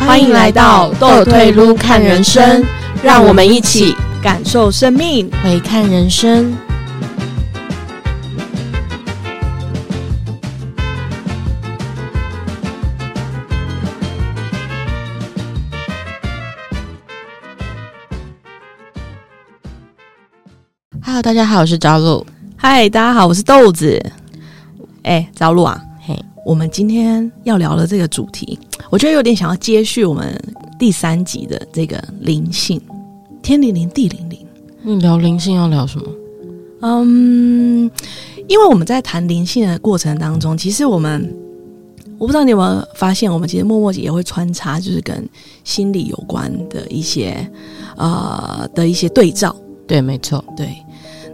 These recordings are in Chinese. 欢迎来到斗退路看人生，让我们一起感受生命。回看人生。Hello，大家好，我是朝露。嗨，大家好，我是豆子。哎，朝露啊，嘿，我们今天要聊的这个主题，我觉得有点想要接续我们第三集的这个灵性，天灵灵地灵灵。你聊嗯灵性要聊什么？嗯，因为我们在谈灵性的过程当中，其实我们我不知道你有没有发现，我们其实默默也会穿插，就是跟心理有关的一些呃的一些对照。对，没错，对，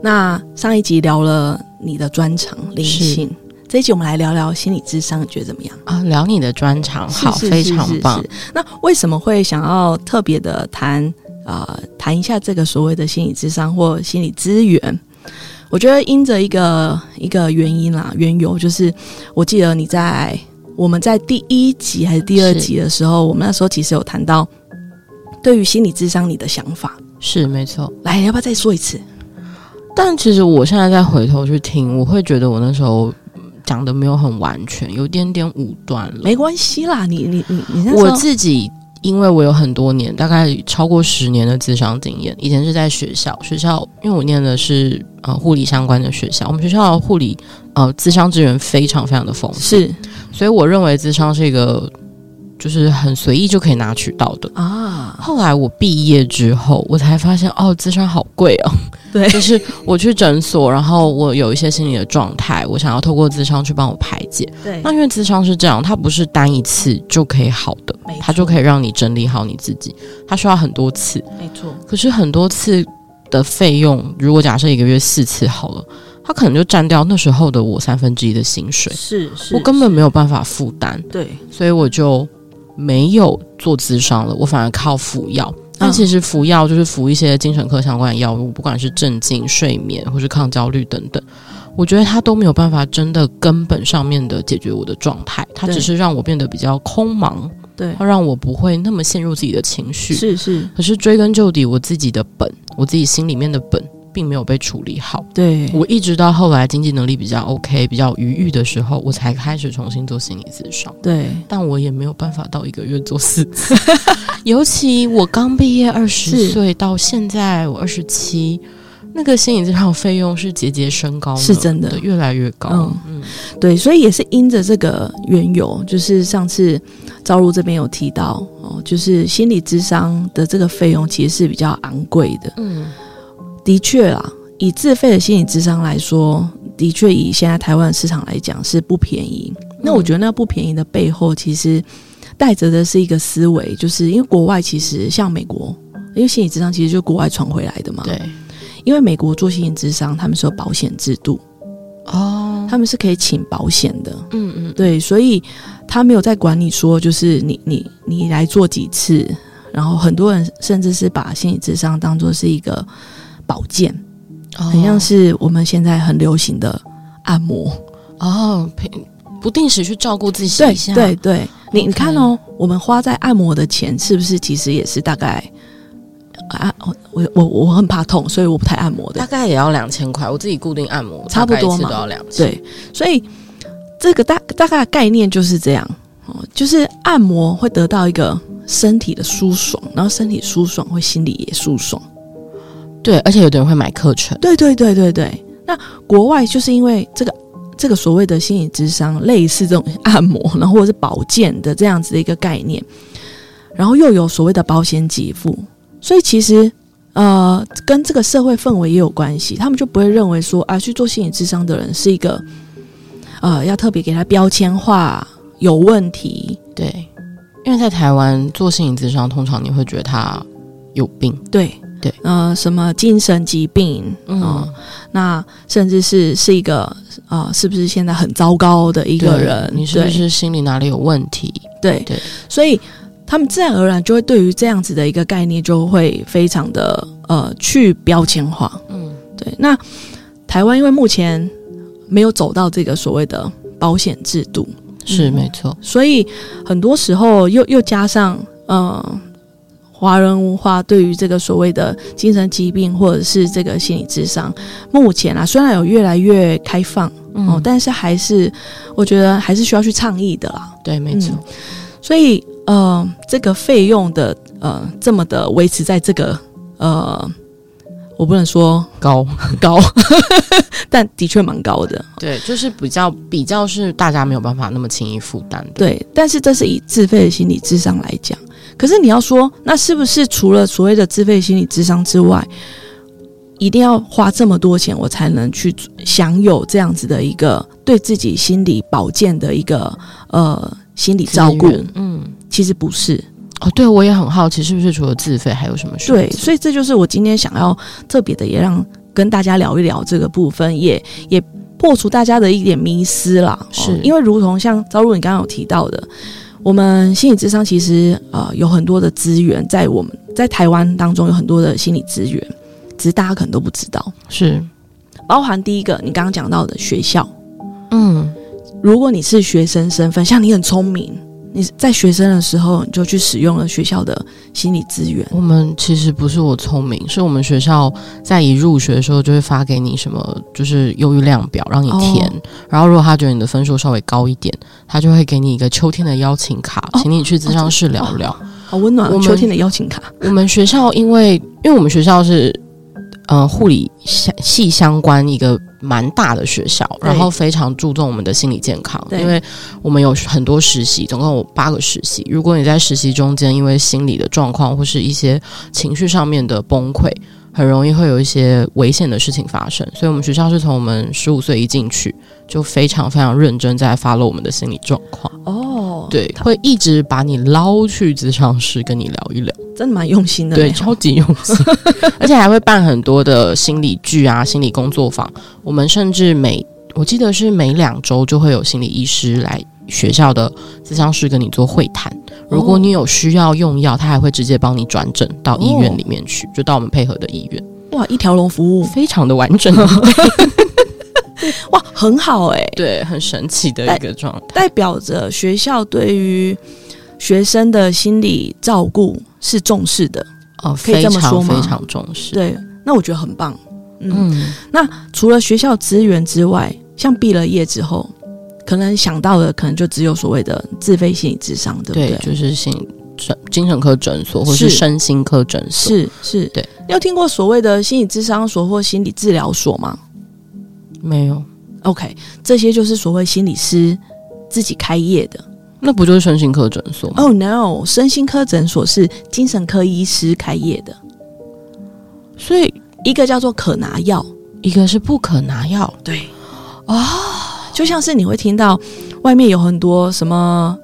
那上一集聊了你的专长灵性，这一集我们来聊聊心理智商，你觉得怎么样？啊，聊你的专长，好，是是非是常是棒。是那为什么会想要特别的谈呃谈一下这个所谓的心理智商或心理资源？我觉得因着一个一个原因啦，缘由就是我记得你在我们在第一集还是第二是集的时候，我们那时候其实有谈到对于心理智商你的想法。是没错。来，要不要再说一次？但其实我现在再回头去听，我会觉得我那时候嗯讲的没有很完全，有点点武断了。没关系啦，你你你你哎那时候我自己因为我有很多年，大概超过十年的咨商经验。以前是在学校，学校因为我念的是呃护理相关的学校，我们学校的护理呃咨商资源非常非常的丰富，是所以我认为咨商是一个就是很随意就可以拿取到的。啊，后来我毕业之后，我才发现哦，咨商好贵哦。对， 就是我去诊所，然后我有一些心理的状态，我想要透过咨商去帮我排解。对那因为咨商是这样，它不是单一次就可以好的没错，它就可以让你整理好你自己，它需要很多次。没错，可是很多次的费用，如果假设一个月四次好了，它可能就占掉那时候的我三分之一的薪水，是是我根本没有办法负担，对所以我就没有做咨商了，我反而靠服药。但嗯其实服药就是服一些精神科相关的药物，不管是镇静、睡眠或是抗焦虑等等，我觉得它都没有办法真的根本上面的解决我的状态，它对只是让我变得比较空茫，对它让我不会那么陷入自己的情绪。是是，可是追根究底，我自己的本，我自己心里面的本，并没有被处理好。对我一直到后来经济能力比较 OK、比较有余裕的时候，我才开始重新做心理咨商。对但我也没有办法到一个月做四次。 尤其我刚毕业二十是岁到现在我二十七，那个心理治疗费用是节节升高呢，是真的越来越高。嗯嗯对，所以也是因着这个缘由，就是上次赵露这边有提到哦，就是心理智商的这个费用其实是比较昂贵的，嗯，的确啦，以自费的心理智商来说，的确以现在台湾市场来讲是不便宜。那我觉得那不便宜的背后，其实带着的是一个思维，就是因为国外其实像美国，因为心理智商其实就国外传回来的嘛。，对因为美国做心理智商，他们是有保险制度，哦，他们是可以请保险的。嗯嗯，对，所以他没有在管你说，就是你你你来做几次，然后很多人甚至是把心理智商当做是一个保健。哦嗯很像是我们现在很流行的按摩。哦，陪不定时去照顾自己一下，对对，你 OK 你看哦，我们花在按摩的钱，是不是其实也是大概啊？我我我很怕痛，所以我不太按摩大的。概也要两千块，我自己固定按摩，差不多大概一次嘛都要两千。对，所以这个大大概的概念就是这样哦，就是按摩会得到一个身体的舒爽，然后身体舒爽会心里也舒爽。对，而且有的人会买课程，对对对对对。那国外就是因为这个这个所谓的心理智商，类似这种按摩， 然后或者是保健的这样子的一个概念，然后又有所谓的保险给付，所以其实呃跟这个社会氛围也有关系，他们就不会认为说啊去做心理智商的人是一个呃要特别给他标签化有问题，对，因为在台湾做心理咨商，通常你会觉得他有病，对对，呃什么精神疾病，嗯，哦那甚至是是一个啊、呃是不是现在很糟糕的一一个人？你是不是心里哪里有问题？对对所以他们自然而然就会对于这样子的一个概念，就会非常的呃去标签化。嗯，对，那台湾因为目前没有走到这个所谓的保险制度，是嗯没错，所以很多时候又又加上嗯，华人文化对于这个所谓的精神疾病或者是这个心理智商，目前啊虽然有越来越开放嗯哦，但是还是我觉得还是需要去倡议的啦。对，没错，所以呃，这个费用的呃这么的维持在这个呃，我不能说高，高，但的确蛮高的。 对，就是比较比较是大家没有办法那么轻易负担的，对，但是这是以自费的心理智商来讲。可是你要说，那是不是除了所谓的自费心理智商之外，一定要花这么多钱，我才能去享有这样子的一个对自己心理保健的一个呃心理照顾资？源嗯，其实不是，哦，对我也很好奇，是不是除了自费还有什么选择？对，所以这就是我今天想要特别的，也让跟大家聊一聊这个部分，也也破除大家的一点迷思啦。哦是因为如同像招如你刚刚有提到的，我们心理智商其实呃有很多的资源，在我们在台湾当中有很多的心理资源，只是大家可能都不知道，是，包含第一个你刚刚讲到的学校。嗯，如果你是学生身份，像你很聪明，你在学生的时候你就去使用了学校的心理资源，我们其实不是我聪明，是我们学校在一入学的时候就会发给你什么，就是忧郁量表让你填。然后如果他觉得你的分数稍微高一点，他就会给你一个秋天的邀请卡，哦请你去咨商室聊聊。好温暖哦，我们秋天的邀请卡。我们学校因为因为我们学校是呃护理相系相关一个蛮大的学校，对然后非常注重我们的心理健康，对因为我们有很多实习，总共有八个实习。如果你在实习中间因为心理的状况或是一些情绪上面的崩溃。很容易会有一些危险的事情发生，所以我们学校是从我们十五岁一进去就非常非常认真在 follow 我们的心理状况，哦，对，会一直把你捞去咨商室跟你聊一聊。真的蛮用心的。欸对，，超级用心， 而且还会办很多的心理剧啊、心理工作坊。我们甚至每我记得是每两周就会有心理医师来学校的咨商室跟你做会谈。如果你有需要用药，他还会直接帮你转诊到医院里面去，就到我们配合的医院，哇，一条龙服务，非常的完 整，哇，很好哎、对，很神奇的一个状态。代表着学校对于学生的心理照顾是重视的。哦，可以非这么说常吗非常重视。对，那我觉得很棒。嗯，嗯，除了学校资源之外，像毕了业之后，可能想到的可能就只有所谓的自费心理智商，对不对，对？就是心诊精神科诊所或是是身心科诊所，是是，对。你有听过所谓的心理智商所或心理治疗所吗没有。 ？OK，这些就是所谓心理师自己开业的。那不就是身心科诊所吗？ Oh no！身心科诊所是精神科医师开业的，所以一个叫做可拿药，一个是不可拿药，对，哦，就像是你会听到外面有很多什么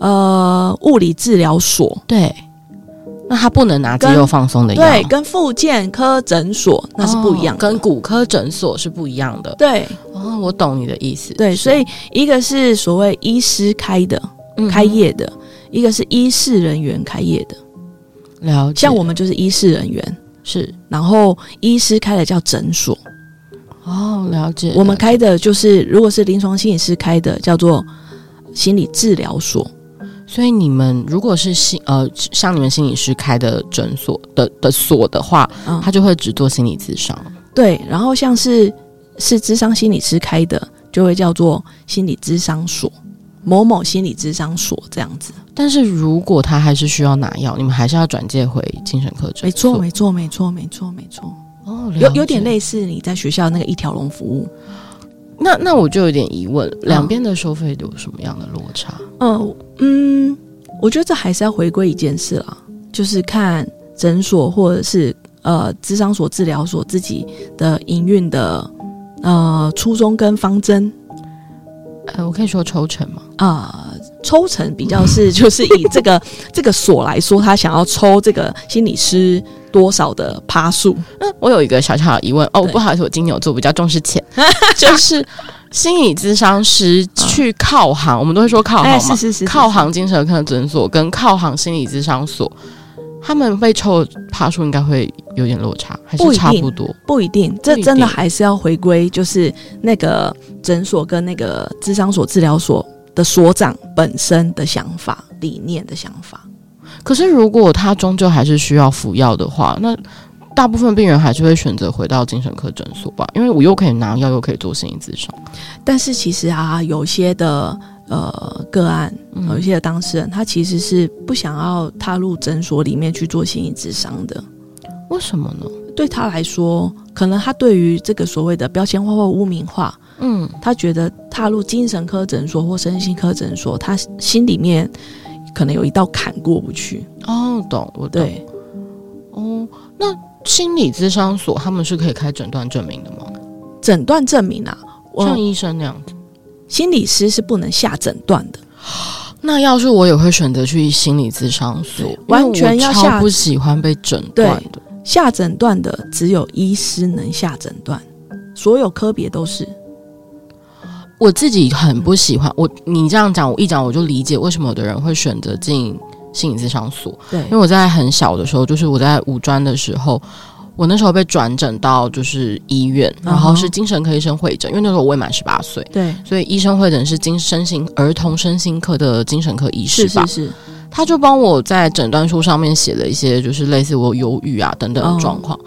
呃物理治疗所，对，那他不能拿肌肉放松的药，对，跟复健科诊所那是不一样哦的，跟骨科诊所是不一样的。对哦，我懂你的意思。对，是所以一个是所谓医师开的嗯开业的，一个是医事人员开业的，了解，像我们就是医事人员，是然后医师开的叫诊所。哦，了解。我们开的就是，如果是临床心理师开的，叫做心理治疗所。所以你们如果是心呃像你们心理师开的诊所的的所的话，嗯，他就会只做心理咨商。对。然后像是是智商心理师开的，就会叫做心理智商所，某某心理智商所这样子。但是如果他还是需要拿药，你们还是要转介回精神科诊没错，所。没错，没错，没错，没错。哦，有了有点解类似你在学校那个一条龙服务。那那我就有点疑问，两边的收费有什么样的落差？嗯嗯，我觉得这还是要回归一件事啦，就是看诊所或者是呃智商所、治疗所自己的营运的呃初衷跟方针呃，我可以说抽成吗？啊、抽成比较是 就是以这个这个所来说，他想要抽这个心理师多少的趴数，我有一个小小的疑问哦，对不好意思，我金牛座比较重视钱， 就是心理咨商师去靠行，我们都会说靠行嘛，嗯哎，是是是靠，行精神科诊所跟靠行心理咨商所，他们被抽的趴数应该会有点落差，还不是一定差不多？不一定，不这一真的定还是要回归就是那个诊所跟那个智商所、治疗所的所长本身的想法、理念的想法。可是如果他终究还是需要服药的话，那大部分病人还是会选择回到精神科诊所吧，因为我又可以拿药，又可以做心理咨询。但是其实啊，有些的呃个案，嗯有一些的当事人，他其实是不想要踏入诊所里面去做心理智商的。为什么呢？对他来说，可能他对于这个所谓的标签化或污名化，嗯，他觉得踏入精神科诊所或身心科诊所，他心里面可能有一道坎过不去。哦，懂，我懂。对，哦，那心理咨商所他们是可以开诊断证明的吗？诊断证明啊，像我医生那样子？心理师是不能下诊断的。那要是我也会选择去心理咨商所对，完完全全要超下不喜欢被诊断的。下诊断的只有医师能下诊断，所有科别都是。我自己很不喜欢我，你这样讲，我一讲我就理解为什么有的人会选择进心理咨商所，对因为我在很小的时候，就是我在五专的时候，我那时候被转诊到就是医院，然后是精神科医生会诊，因为那时候我未满十八岁，对，所以医生会诊是精身心儿童身心科的精神科医师是吧是，是，他就帮我在诊断书上面写了一些就是类似我忧郁啊等等的状况。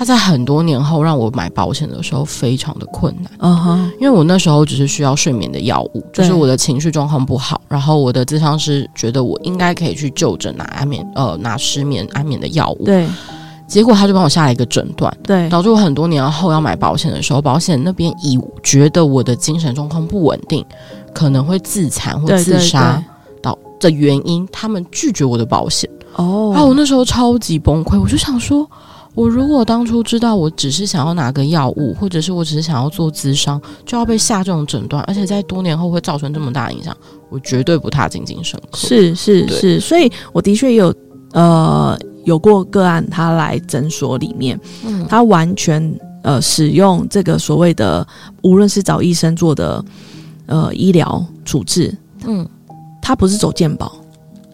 他在很多年后让我买保险的时候非常的困难，嗯哼，因为我那时候只是需要睡眠的药物，就对是我的情绪状况不好，然后我的咨商师觉得我应该可以去就诊拿安眠呃拿失眠安眠的药物，嗯对结果他就帮我下了一个诊断，对导致我很多年后要买保险的时候，保险那边以觉得我的精神状况不稳定，可能会自残或对自对杀导的原因，他们拒绝我的保险。哦，啊，我那时候超级崩溃，我就想说，我如果当初知道我只是想要拿个药物，或者是我只是想要做咨商，就要被下这种诊断，而且在多年后会造成这么大的影响，我绝对不踏进精神科。是是对是，所以我的确有呃有过个案，他来诊所里面，嗯他完全呃使用这个所谓的，无论是找医生做的呃医疗处置，嗯他不是走健保，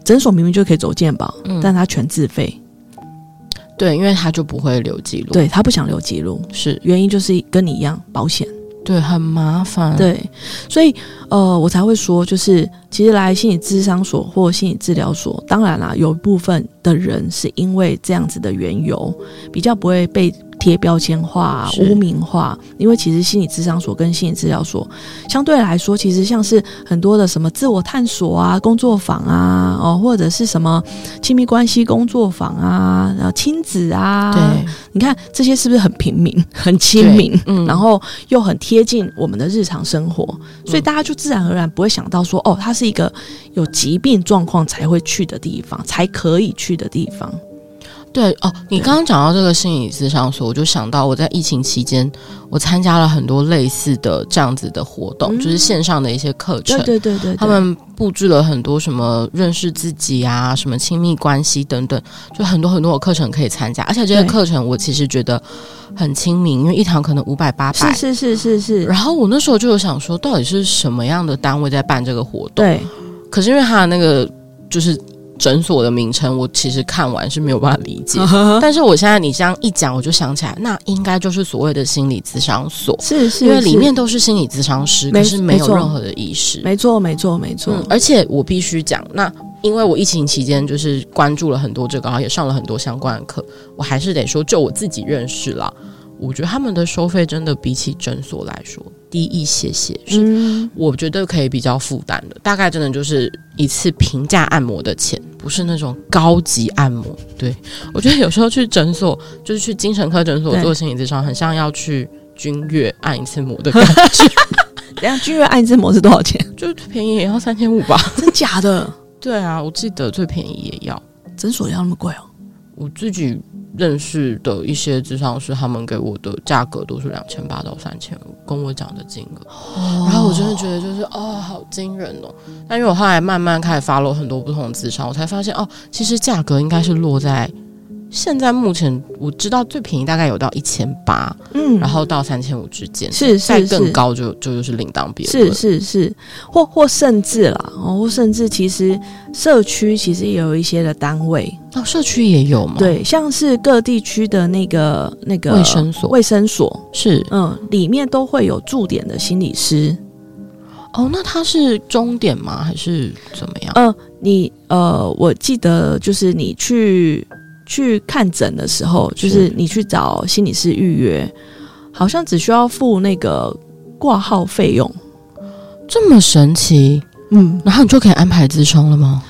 诊所明明就可以走健保，嗯，但他全自费，对，因为他就不会留记录，，对他不想留记录，是原因就是跟你一样保险。对，很麻烦，，对，所以呃，我才会说，就是其实来心理咨商所或心理治疗所，当然啦，有一部分的人是因为这样子的缘由，比较不会被贴标签化、是污名化，因为其实心理咨商所跟心理治疗所相对来说，其实像是很多的什么自我探索啊、工作坊啊，哦，或者是什么亲密关系工作坊啊，然后亲子啊，对，你看这些是不是很平民、很亲民？嗯然后又很贴近我们的日常生活，所以嗯大家就自然而然不会想到说，哦，它是一个有疾病状况才会去的地方，才可以去的地方。对哦，你对刚刚讲到这个心理咨商所，我就想到我在疫情期间，我参加了很多类似的这样子的活动，嗯就是线上的一些课程，对对对，他们布置了很多什么认识自己啊，什么亲密关系等等，就很多很多的课程可以参加，而且这些对课程我其实觉得很亲民，因为一堂可能五百八是百。是是是是然，后我那时候就有想说，到底是什么样的单位在办这个活动？对可是因为他的那个就是诊所的名称，我其实看完是没有办法理 嗯解。但是我现在你这样一讲，我就想起来，那应该就是所谓的心理咨商所，是是，因为是里面都是心理咨商师，可没是没没有错任何的医师。没错没错没错嗯，，而且我必须讲，那因为我疫情期间就是关注了很多这个，然后也上了很多相关的课，我还是得说，就我自己认识啦，我觉得他们的收费真的比起诊所来说低一些些，是、嗯，我觉得可以比较负担的，大概真的就是一次平价按摩的钱，不是那种高级按摩。对我觉得有时候去诊所，就是去精神科诊所对做心理咨商，很像要去君悦按一次摩的感 觉，等一下君悦按字模是多 少钱？就便宜也要三千五吧。真假的？对啊，我记得最便宜也要。诊所要那么贵哦？我自己认识的一些智商师，他们给我的价格都是两千八到三千五，跟我讲的金额。哦哦然后我真的觉得就是哦，好惊人哦！但因为我后来慢慢开始 follow 很多不同的智商，我才发现哦，其实价格应该是落在现在目前我知道最便宜大概有到一千八，嗯然后到三千五之间。是再是更是。高就就就是另当别论是。是是，或或甚至啦，哦，或甚至其实社区其实也有一些的单位，哦，社区也有吗？，对，像是各地区的那个那个卫生所卫生所，嗯是嗯，里面都会有驻点的心理师。哦，那它是终点吗？还是怎么样？呃，你呃，我记得就是你去去看诊的时候，就是是你去找心理师预约，好像只需要付那个挂号费用。这么神奇，嗯，然后你就可以安排咨商了吗？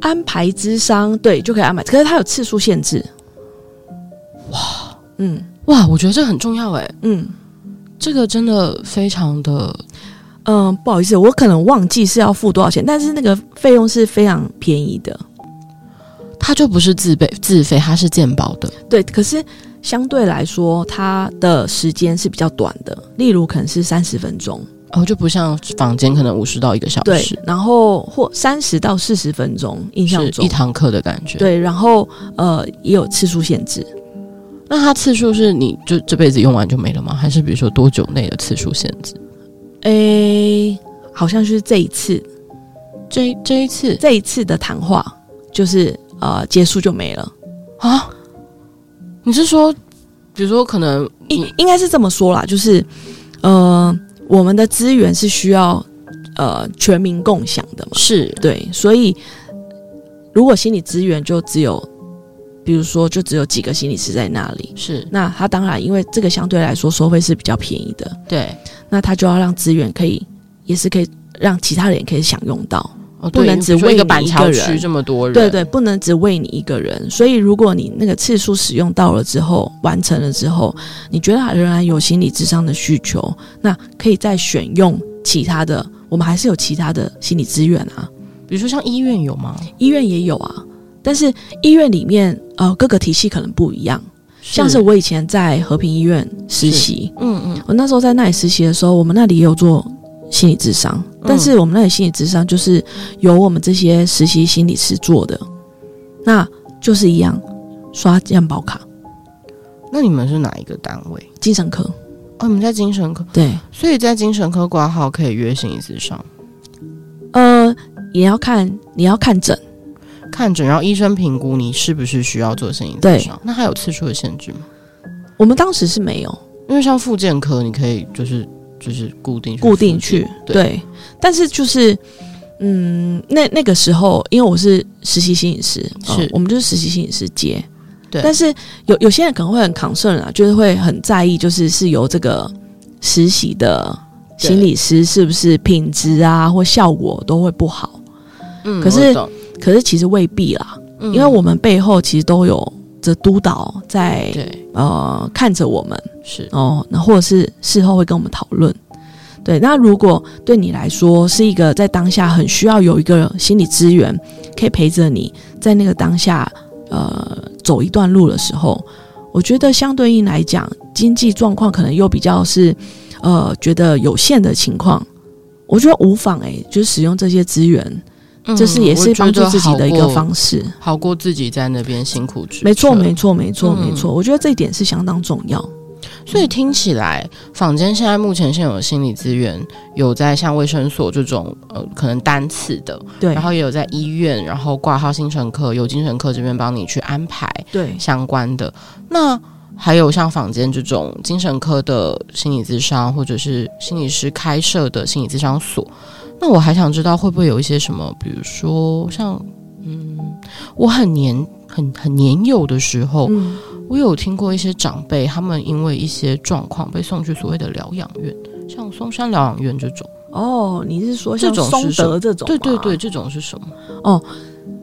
安排咨商对就可以安排，可是它有次数限制。哇，嗯哇，我觉得这很重要哎，嗯这个真的非常的嗯、呃不好意思，我可能忘记是要付多少钱，但是那个费用是非常便宜的。它就不是自备自费，它是健保的。对，可是相对来说，它的时间是比较短的，例如可能是三十分钟。哦，就不像房间可能五十到一个小对时，，然后或三十到四十分钟，印象是中一堂课的感觉。，对，然后呃也有次数限制，那它次数是你就这辈子用完就没了吗？还是比如说多久内的次数限制？诶，好像是这一次这这一次这一次的谈话就是呃结束就没了，啊，你是说，比如说可能应你应该是这么说啦，就是呃我们的资源是需要呃全民共享的嘛，是对，所以如果心理资源就只有，比如说就只有几个心理师在那里。是，那他当然，因为这个相对来说收费是比较便宜的，对，那他就要让资源可以，也是可以让其他人也可以享用到。哦，不对能比只如说为一个你板一桥个区人这么多人，对对，不能只为你一个人。所以，如果你那个次数使用到了之后，完成了之后，你觉得他仍然有心理智商的需求，那可以再选用其他的。我们还是有其他的心理资源啊，比如说像医院有吗？医院也有啊。但是医院里面，呃，各个体系可能不一样。像是我以前在和平医院实是习，嗯嗯，我那时候在那里实习的时候，我们那里也有做心理智商，嗯但是我们那里心理智商就是由我们这些实习心理师做的，那就是一样刷健保卡，那你们是哪一个单位？精神科。哦，你们在精神科，对，所以在精神科挂号可以约心理咨商呃，也要看你要看诊，看诊，然后医生评估你是不是需要做心理咨对商。那还有次数的限制吗？我们当时是没有因为像复健科，你可以就是就是固定去固定复健去，对对，但是就是。嗯，那那个时候，因为我是实习心理师，呃是我们就是实习心理师接，对但是有有些人可能会很 concern 啊，就是会很在意，就是是由这个实习的对心理师是不是品质啊或效果都会不好。嗯，我可是懂可是其实未必啦，嗯因为我们背后其实都有这督导在对呃看着我们是哦，那或者是事后会跟我们讨论。对，那如果对你来说是一个在当下很需要有一个心理资源，可以陪着你在那个当下，呃，走一段路的时候，我觉得相对应来讲，经济状况可能又比较是，呃，觉得有限的情况，我觉得无妨诶、就是使用这些资源，嗯这是也是帮助自己的一个，嗯嗯我觉得好方式。过好过自己在那边辛苦支撑没错，没错，没错，嗯没错，我觉得这一点是相当重要。所以听起来，坊间现在目前现有的心理资源有在像卫生所这种呃可能单次的，对然，后也有在医院，然后挂号精神科、有精神科这边帮你去安排对，相关的。那还有像坊间这种精神科的心理咨商，或者是心理师开设的心理咨商所，那我还想知道会不会有一些什么，比如说像嗯，我很年很很年幼的时候，嗯。我有听过一些长辈，他们因为一些状况被送去所谓的疗养院，像松山疗养院这种。哦，你是说像这种是松什么德这种？对对对，，这种是什么？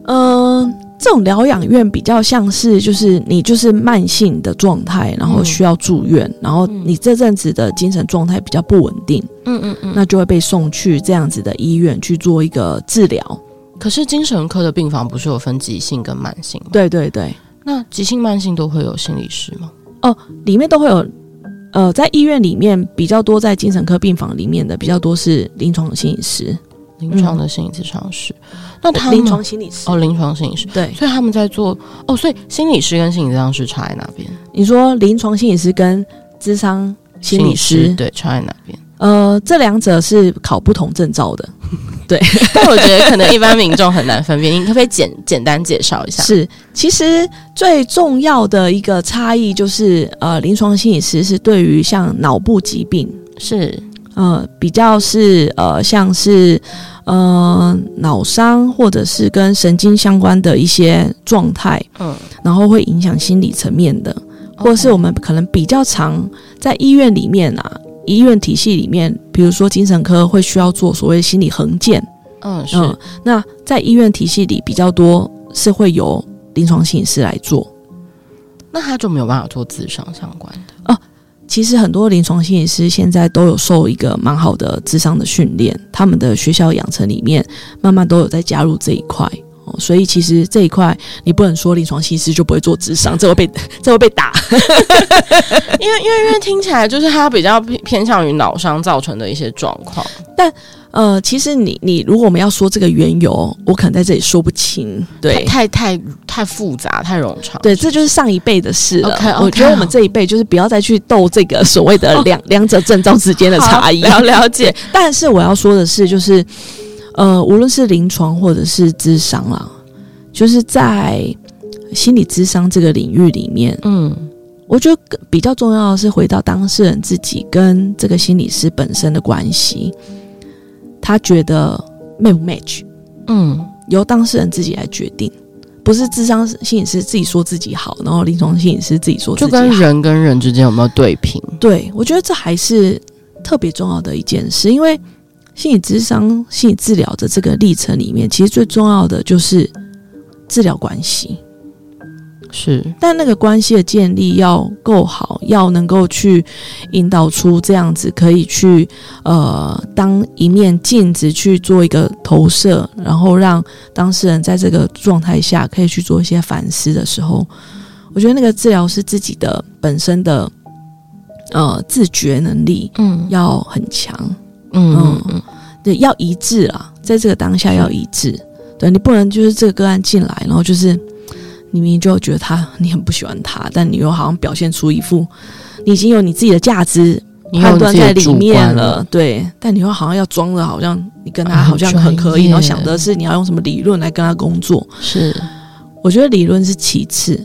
嗯、这种疗养院比较像是就是你就是慢性的状态，然后嗯需要住院，然后嗯你这阵子的精神状态比较不稳定，嗯嗯嗯。那就会被送去这样子的医院去做一个治疗。可是精神科的病房不是有分急性跟慢性吗？对对对，那急性、慢性都会有心理师吗？里面都会有。呃，在医院里面比较多，在精神科病房里面的比较多是临床心理师，临床的心理咨商师，那他们嗯临床心理师。哦，临床心理师，对，所以他们在做哦，所以心理师跟心理咨商师差在哪边？你说临床心理师跟智商心理师，对差在哪边？呃，这两者是考不同证照的。但我觉得可能一般民众很难分辨，你可不可以简 简单介绍一下？是，其实最重要的一个差异就是，呃，临床心理师是对于像脑部疾病，是，呃，比较是呃，像是呃脑伤或者是跟神经相关的一些状态，嗯，然后会影响心理层面的，哦或者是我们可能比较常在医院里面啊，医院体系里面，比如说精神科会需要做所谓心理横件，嗯是嗯，那在医院体系里比较多是会由临床心理师来做。那他就没有办法做智商相关的。其实很多临床心理师现在都有受一个蛮好的智商的训练，他们的学校养成里面慢慢都有在加入这一块。哦，所以其实这一块你不能说临床心理师就不会做智商， 这会被这会被打。因为因为因为听起来就是他比较偏偏向于脑伤造成的一些状况。呃，其实你你如果我们要说这个缘由，我可能在这里说不清。对太太太太复杂，太冗长。对，这就是上一辈的事了。 OK，OK，哦我觉得我们这一辈就是不要再去斗这个所谓的两、两者症状之间的差异。好了解 对，但是我要说的是，就是呃，无论是临床或者是智商啦，就是在心理智商这个领域里面，嗯我觉得更比较重要的是回到当事人自己跟这个心理师本身的关系，他觉得 match 不 match，嗯由当事人自己来决定。不是智商心理师自己说自己好，然后临床心理师自己说自就己好，跟人跟人之间有没有对平？对，我觉得这还是特别重要的一件事，因为心理智商、心理治疗的这个历程里面，其实最重要的就是治疗关系，是但那个关系的建立要够好，要能够去引导出这样子可以去呃当一面镜子去做一个投射，然后让当事人在这个状态下可以去做一些反思的时候，我觉得那个治疗是自己的本身的呃自觉能力嗯要很强，嗯嗯对，要一致啦，在这个当下要一致。对你不能就是这个个案进来，然后就是你明明就觉得他你很不喜欢他，但你又好像表现出一副你已经有你自己的价值你有判你自断己在的里主面观了，，对，但你又好像要装的好像你跟他啊好像很可以，专业然后想的是你要用什么理论来跟他工作。是我觉得理论是其次，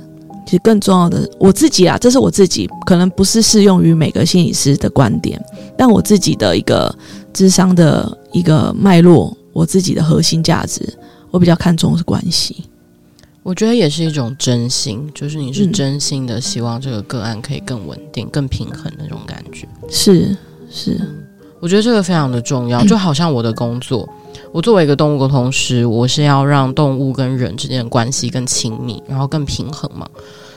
其实更重要的，我自己啊，这是我自己，可能不是适用于每个心理师的观点，但我自己的一个智商的一个脉络，我自己的核心价值，我比较看重的是关系。我觉得也是一种真心，就是你是嗯真心的希望这个个案可以更稳定、更平衡的那种感觉。是是，我觉得这个非常的重要，就好像我的工作，我作为一个动物沟通师，我是要让动物跟人之间的关系更亲密，然后更平衡嘛。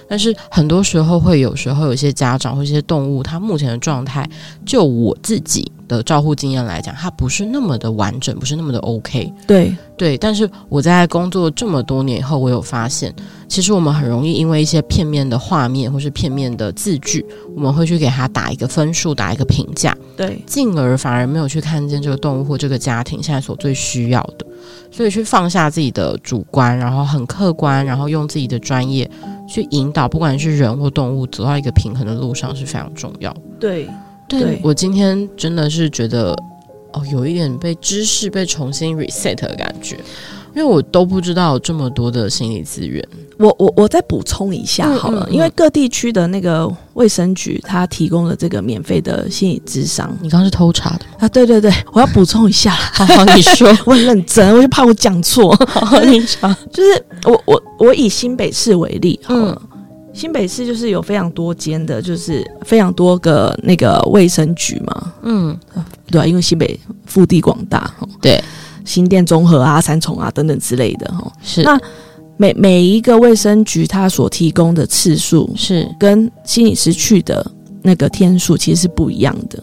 但是很多时候会有时候有一些家长或一些动物，它目前的状态，就我自己的照护经验来讲，它不是那么的完整，不是那么的 OK。对，对，但是我在工作这么多年以后，我有发现，其实我们很容易因为一些片面的画面或是片面的字句，我们会去给它打一个分数，打一个评价。对，进而反而没有去看见这个动物或这个家庭现在所最需要的，所以去放下自己的主观，然后很客观，然后用自己的专业去引导，不管是人或动物，走到一个平衡的路上是非常重要。对，但对我今天真的是觉得，哦，有一点被知识被重新 reset 的感觉，因为我都不知道有这么多的心理资源。我我我再补充一下嗯好了，嗯因为嗯各地区的那个卫生局，它提供了这个免费的心理智商 你刚刚是偷查的吗？啊，对对对，我要补充一 下，好好，你说，我很认真，我就怕我讲错。 好，哦 你查。就是我我我以新北市为例好了，嗯新北市就是有非常多间的，就是非常多个那个卫生局嘛，嗯，对、啊，因为新北腹地广大，哦对，新店综合啊、三重啊等等之类的哈。哦 是那每每一个卫生局它所提供的次数是跟心理师去的那个天数其实是不一样的，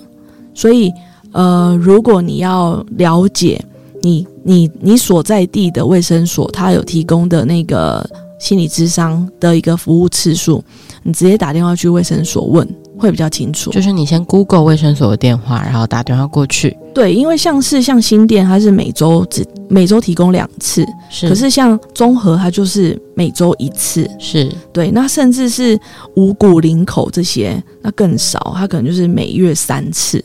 所以呃，如果你要了解你你你所在地的卫生所，它有提供的那个心理智商的一个服务次数，你直接打电话去卫生所问会比较清楚。就是你先 Google 卫生所的电话，然后打电话过去。对，因为像是像新店，它是每周只每周提供两次，是可是像综合它就是每周一次，是对，那甚至是五谷林口这些，那更少，它可能就是每月三次。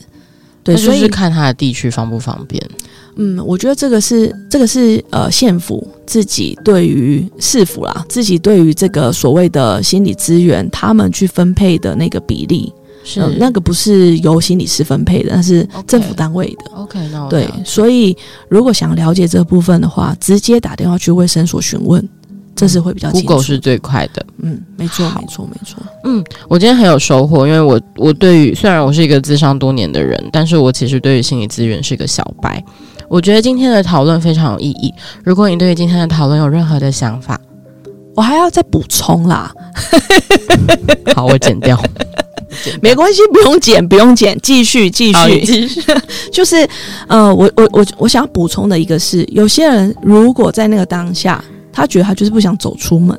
对，那就所是以看他的地区方不方便。嗯，我觉得这个是这个是呃，县府自己对于市府啦，自己对于这个所谓的心理资源，他们去分配的那个比例，是、嗯那个不是由心理师分配的，那是政府单位的。 OK，那我对了，解所以如果想了解这部分的话，直接打电话去卫生所询问，这是会比较清楚。 Google 是最快的。嗯，没错，好没错，没错。我今天很有收获，因为我我对于虽然我是一个咨商多年的人，但是我其实对于心理资源是一个小白。我觉得今天的讨论非常有意义。如果你对于今天的讨论有任何的想法，我还要再补充啦，好，我剪掉。没关系，不用剪，不用剪，继续，继好你续。继续。就是呃，我我我我想要补充的一个是，有些人如果在那个当下，他觉得他就是不想走出门，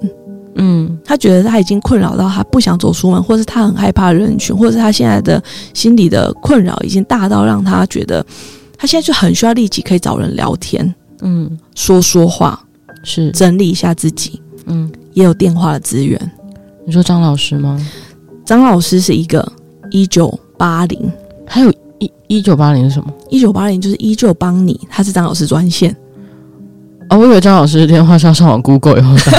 嗯他觉得他已经困扰到他不想走出门，或是他很害怕人群，或者是他现在的心理的困扰已经大到让他觉得他现在就很需要立即可以找人聊天、嗯，说说话、是整理一下自己，嗯，也有电话的资源。你说张老师吗？张老师是一个一九八零。还有一一九八零是什么？一九八零就是依旧帮你，他是张老师专线。哦，我以为张老师的电话是要上网 Google 以后打，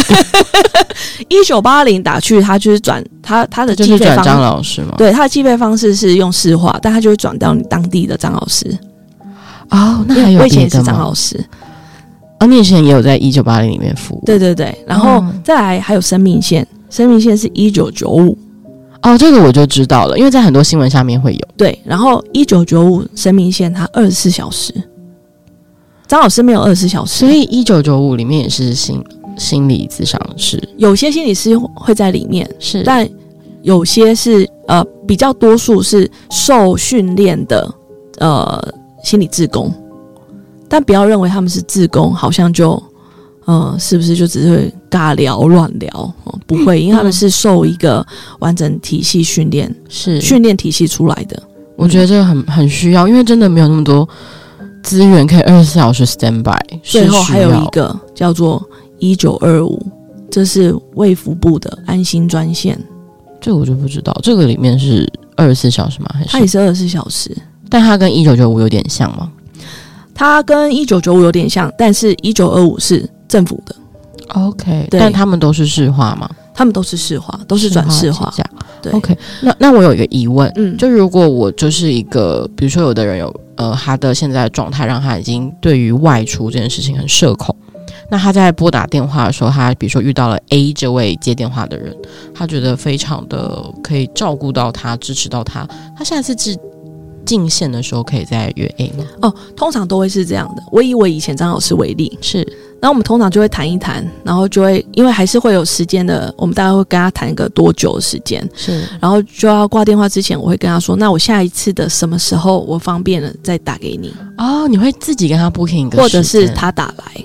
一九八零打去，他就是转他他的就计是费转张方，老师吗？对他的计费方式是用市话，但他就会转到你当地的张老师。哦，那因还为有我以前别也是的张吗？老师，哦，你以前也有在一九八零里面服务。对对对，然后嗯再来还有生命线，生命线是一九九五，哦，这个我就知道了，因为在很多新闻下面会有。对，然后一九九五生命线它二十四小时，张老师没有二十四小时，所以一九九五里面也是心心理咨商师，有些心理师会在里面，是但有些是呃比较多数是受训练的呃心理志工，但不要认为他们是志工，好像就嗯、呃是不是就只是会尬聊乱聊、哦不会，因为他嗯们是受一个完整体系训练、是训练体系出来的。我觉得这个很很需要，因为真的没有那么多资源可以二十四小时 stand by。最后还有是需一要个叫做一九二五，这是卫福部的安心专线，这个我就不知道，这个里面是二十四小时吗？还它也是？是二十四小时。但它跟一九九五有点像吗？它跟一九九五有点像，但是一九二五是政府的， OK，对但他们都是市话嘛，他们都是市话，都是转市话起。价对 OK，那那我有一个疑问，嗯，就如果我就是一个，比如说有的人有呃，他的现在的状态让他已经对于外出这件事情很社恐，那他在拨打电话的时候，他比如说遇到了 A 这位接电话的人，他觉得非常的可以照顾到他，支持到他，他下次进进线的时候可以再约 A 吗？哦，通常都会是这样的。我以我以前张老师为例，是然后我们通常就会谈一谈，然后就会因为还是会有时间的，我们大概会跟他谈个多久的时间，是然后就要挂电话之前，我会跟他说，那我下一次的什么时候我方便了再打给你，哦，你会自己跟他 booking 一个时间，或者是他打来。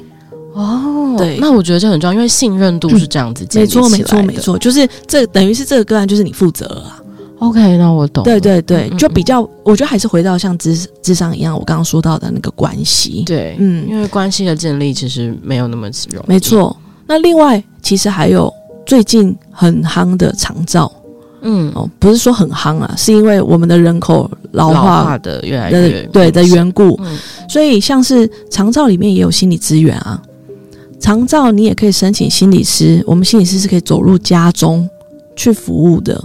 哦，对那我觉得这很重要，因为信任度是这样子建没立起来错，的，没错，没错，就是这等于是这个个案就是你负责了啊。 OK，那我懂了，对对对嗯嗯，就比较，我觉得还是回到像智智商一样，我刚刚说到的那个关系。对，嗯因为关系的建立其实没有那么容易。没，错。那另外，其实还有最近很夯的长照嗯，哦，不是说很夯啊，是因为我们的人口老老化化的越来的越对的缘故，嗯所以像是长照里面也有心理资源啊。长照你也可以申请心理师，我们心理师是可以走入家中去服务的。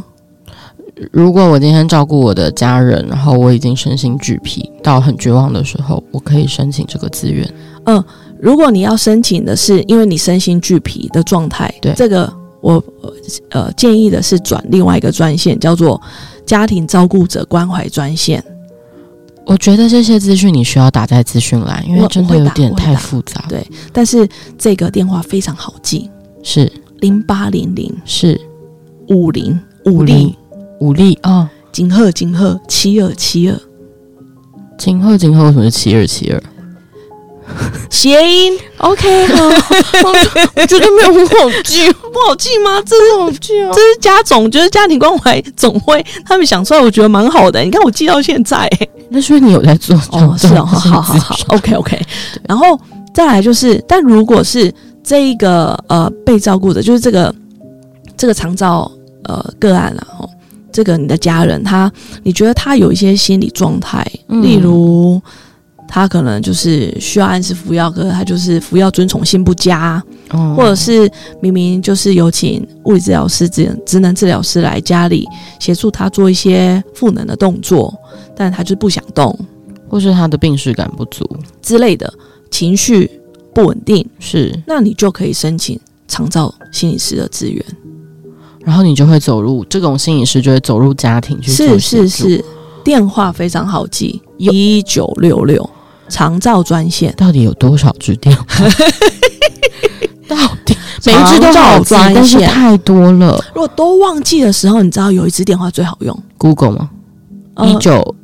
如果我今天照顾我的家人，然后我已经身心俱疲到很绝望的时候，我可以申请这个资源。如果你要申请的是因为你身心俱疲的状态，对这个我呃建议的是转另外一个专线，叫做家庭照顾者关怀专线。我觉得这些资讯你需要打在资讯栏，因为我真的我会有打点我会太打复杂。对但是这个电话非常好记，是零八零零是，五零五力零武力哦，金鹤金鹤七二七二今后今后为什么是七二七 二谐音？OK，好，哎我觉得没有很啊 恐惧，不好记吗？这是恐惧哦这。是家总，就是家庭关怀总会他们想出来，我觉得蛮好的。你看我记到现在、欸那是因为你有在做哦，是哦，好好好好好， ，OK OK。然后再来就是，但如果是这一个呃被照顾者，就是这个这个长照呃个案啊，哦，这个你的家人他，你觉得他有一些心理状态，嗯例如他可能就是需要按时服药，可是他就是服药遵从性不佳，哦或者是明明就是有请物理治疗师、职职能治疗师来家里协助他做一些赋能的动作，但他就是不想动或是他的病视感不足，之类的，情绪不稳定，是，那你就可以申请长照心理师的资源。然后你就会走入这种心理师就会走入家庭去是做是协助，是，电话非常好记，一九六六长照专线，到底有多少支 电话？到底每一支长都照好记，专但是线太多了。如果都忘记的时候，你知道有一支电话最好用， Google 吗？呃一九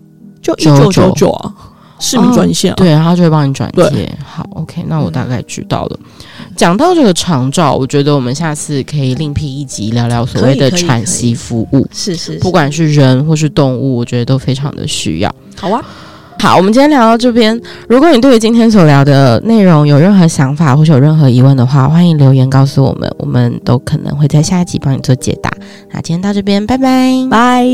就一九九1999九啊，市民专线、啊对，他就会帮你转对接。好，OK，那我大概知道了。讲到这个长照，我觉得我们下次可以另辟一集聊聊所谓的可以可以喘息服务，是是不管是人或是动物，我觉得都非常的需要。好啊，好，我们今天聊到这边。如果你对于今天所聊的内容有任何想法或是有任何疑问的话，欢迎留言告诉我们，我们都可能会在下一集帮你做解答。那今天到这边，拜拜。拜。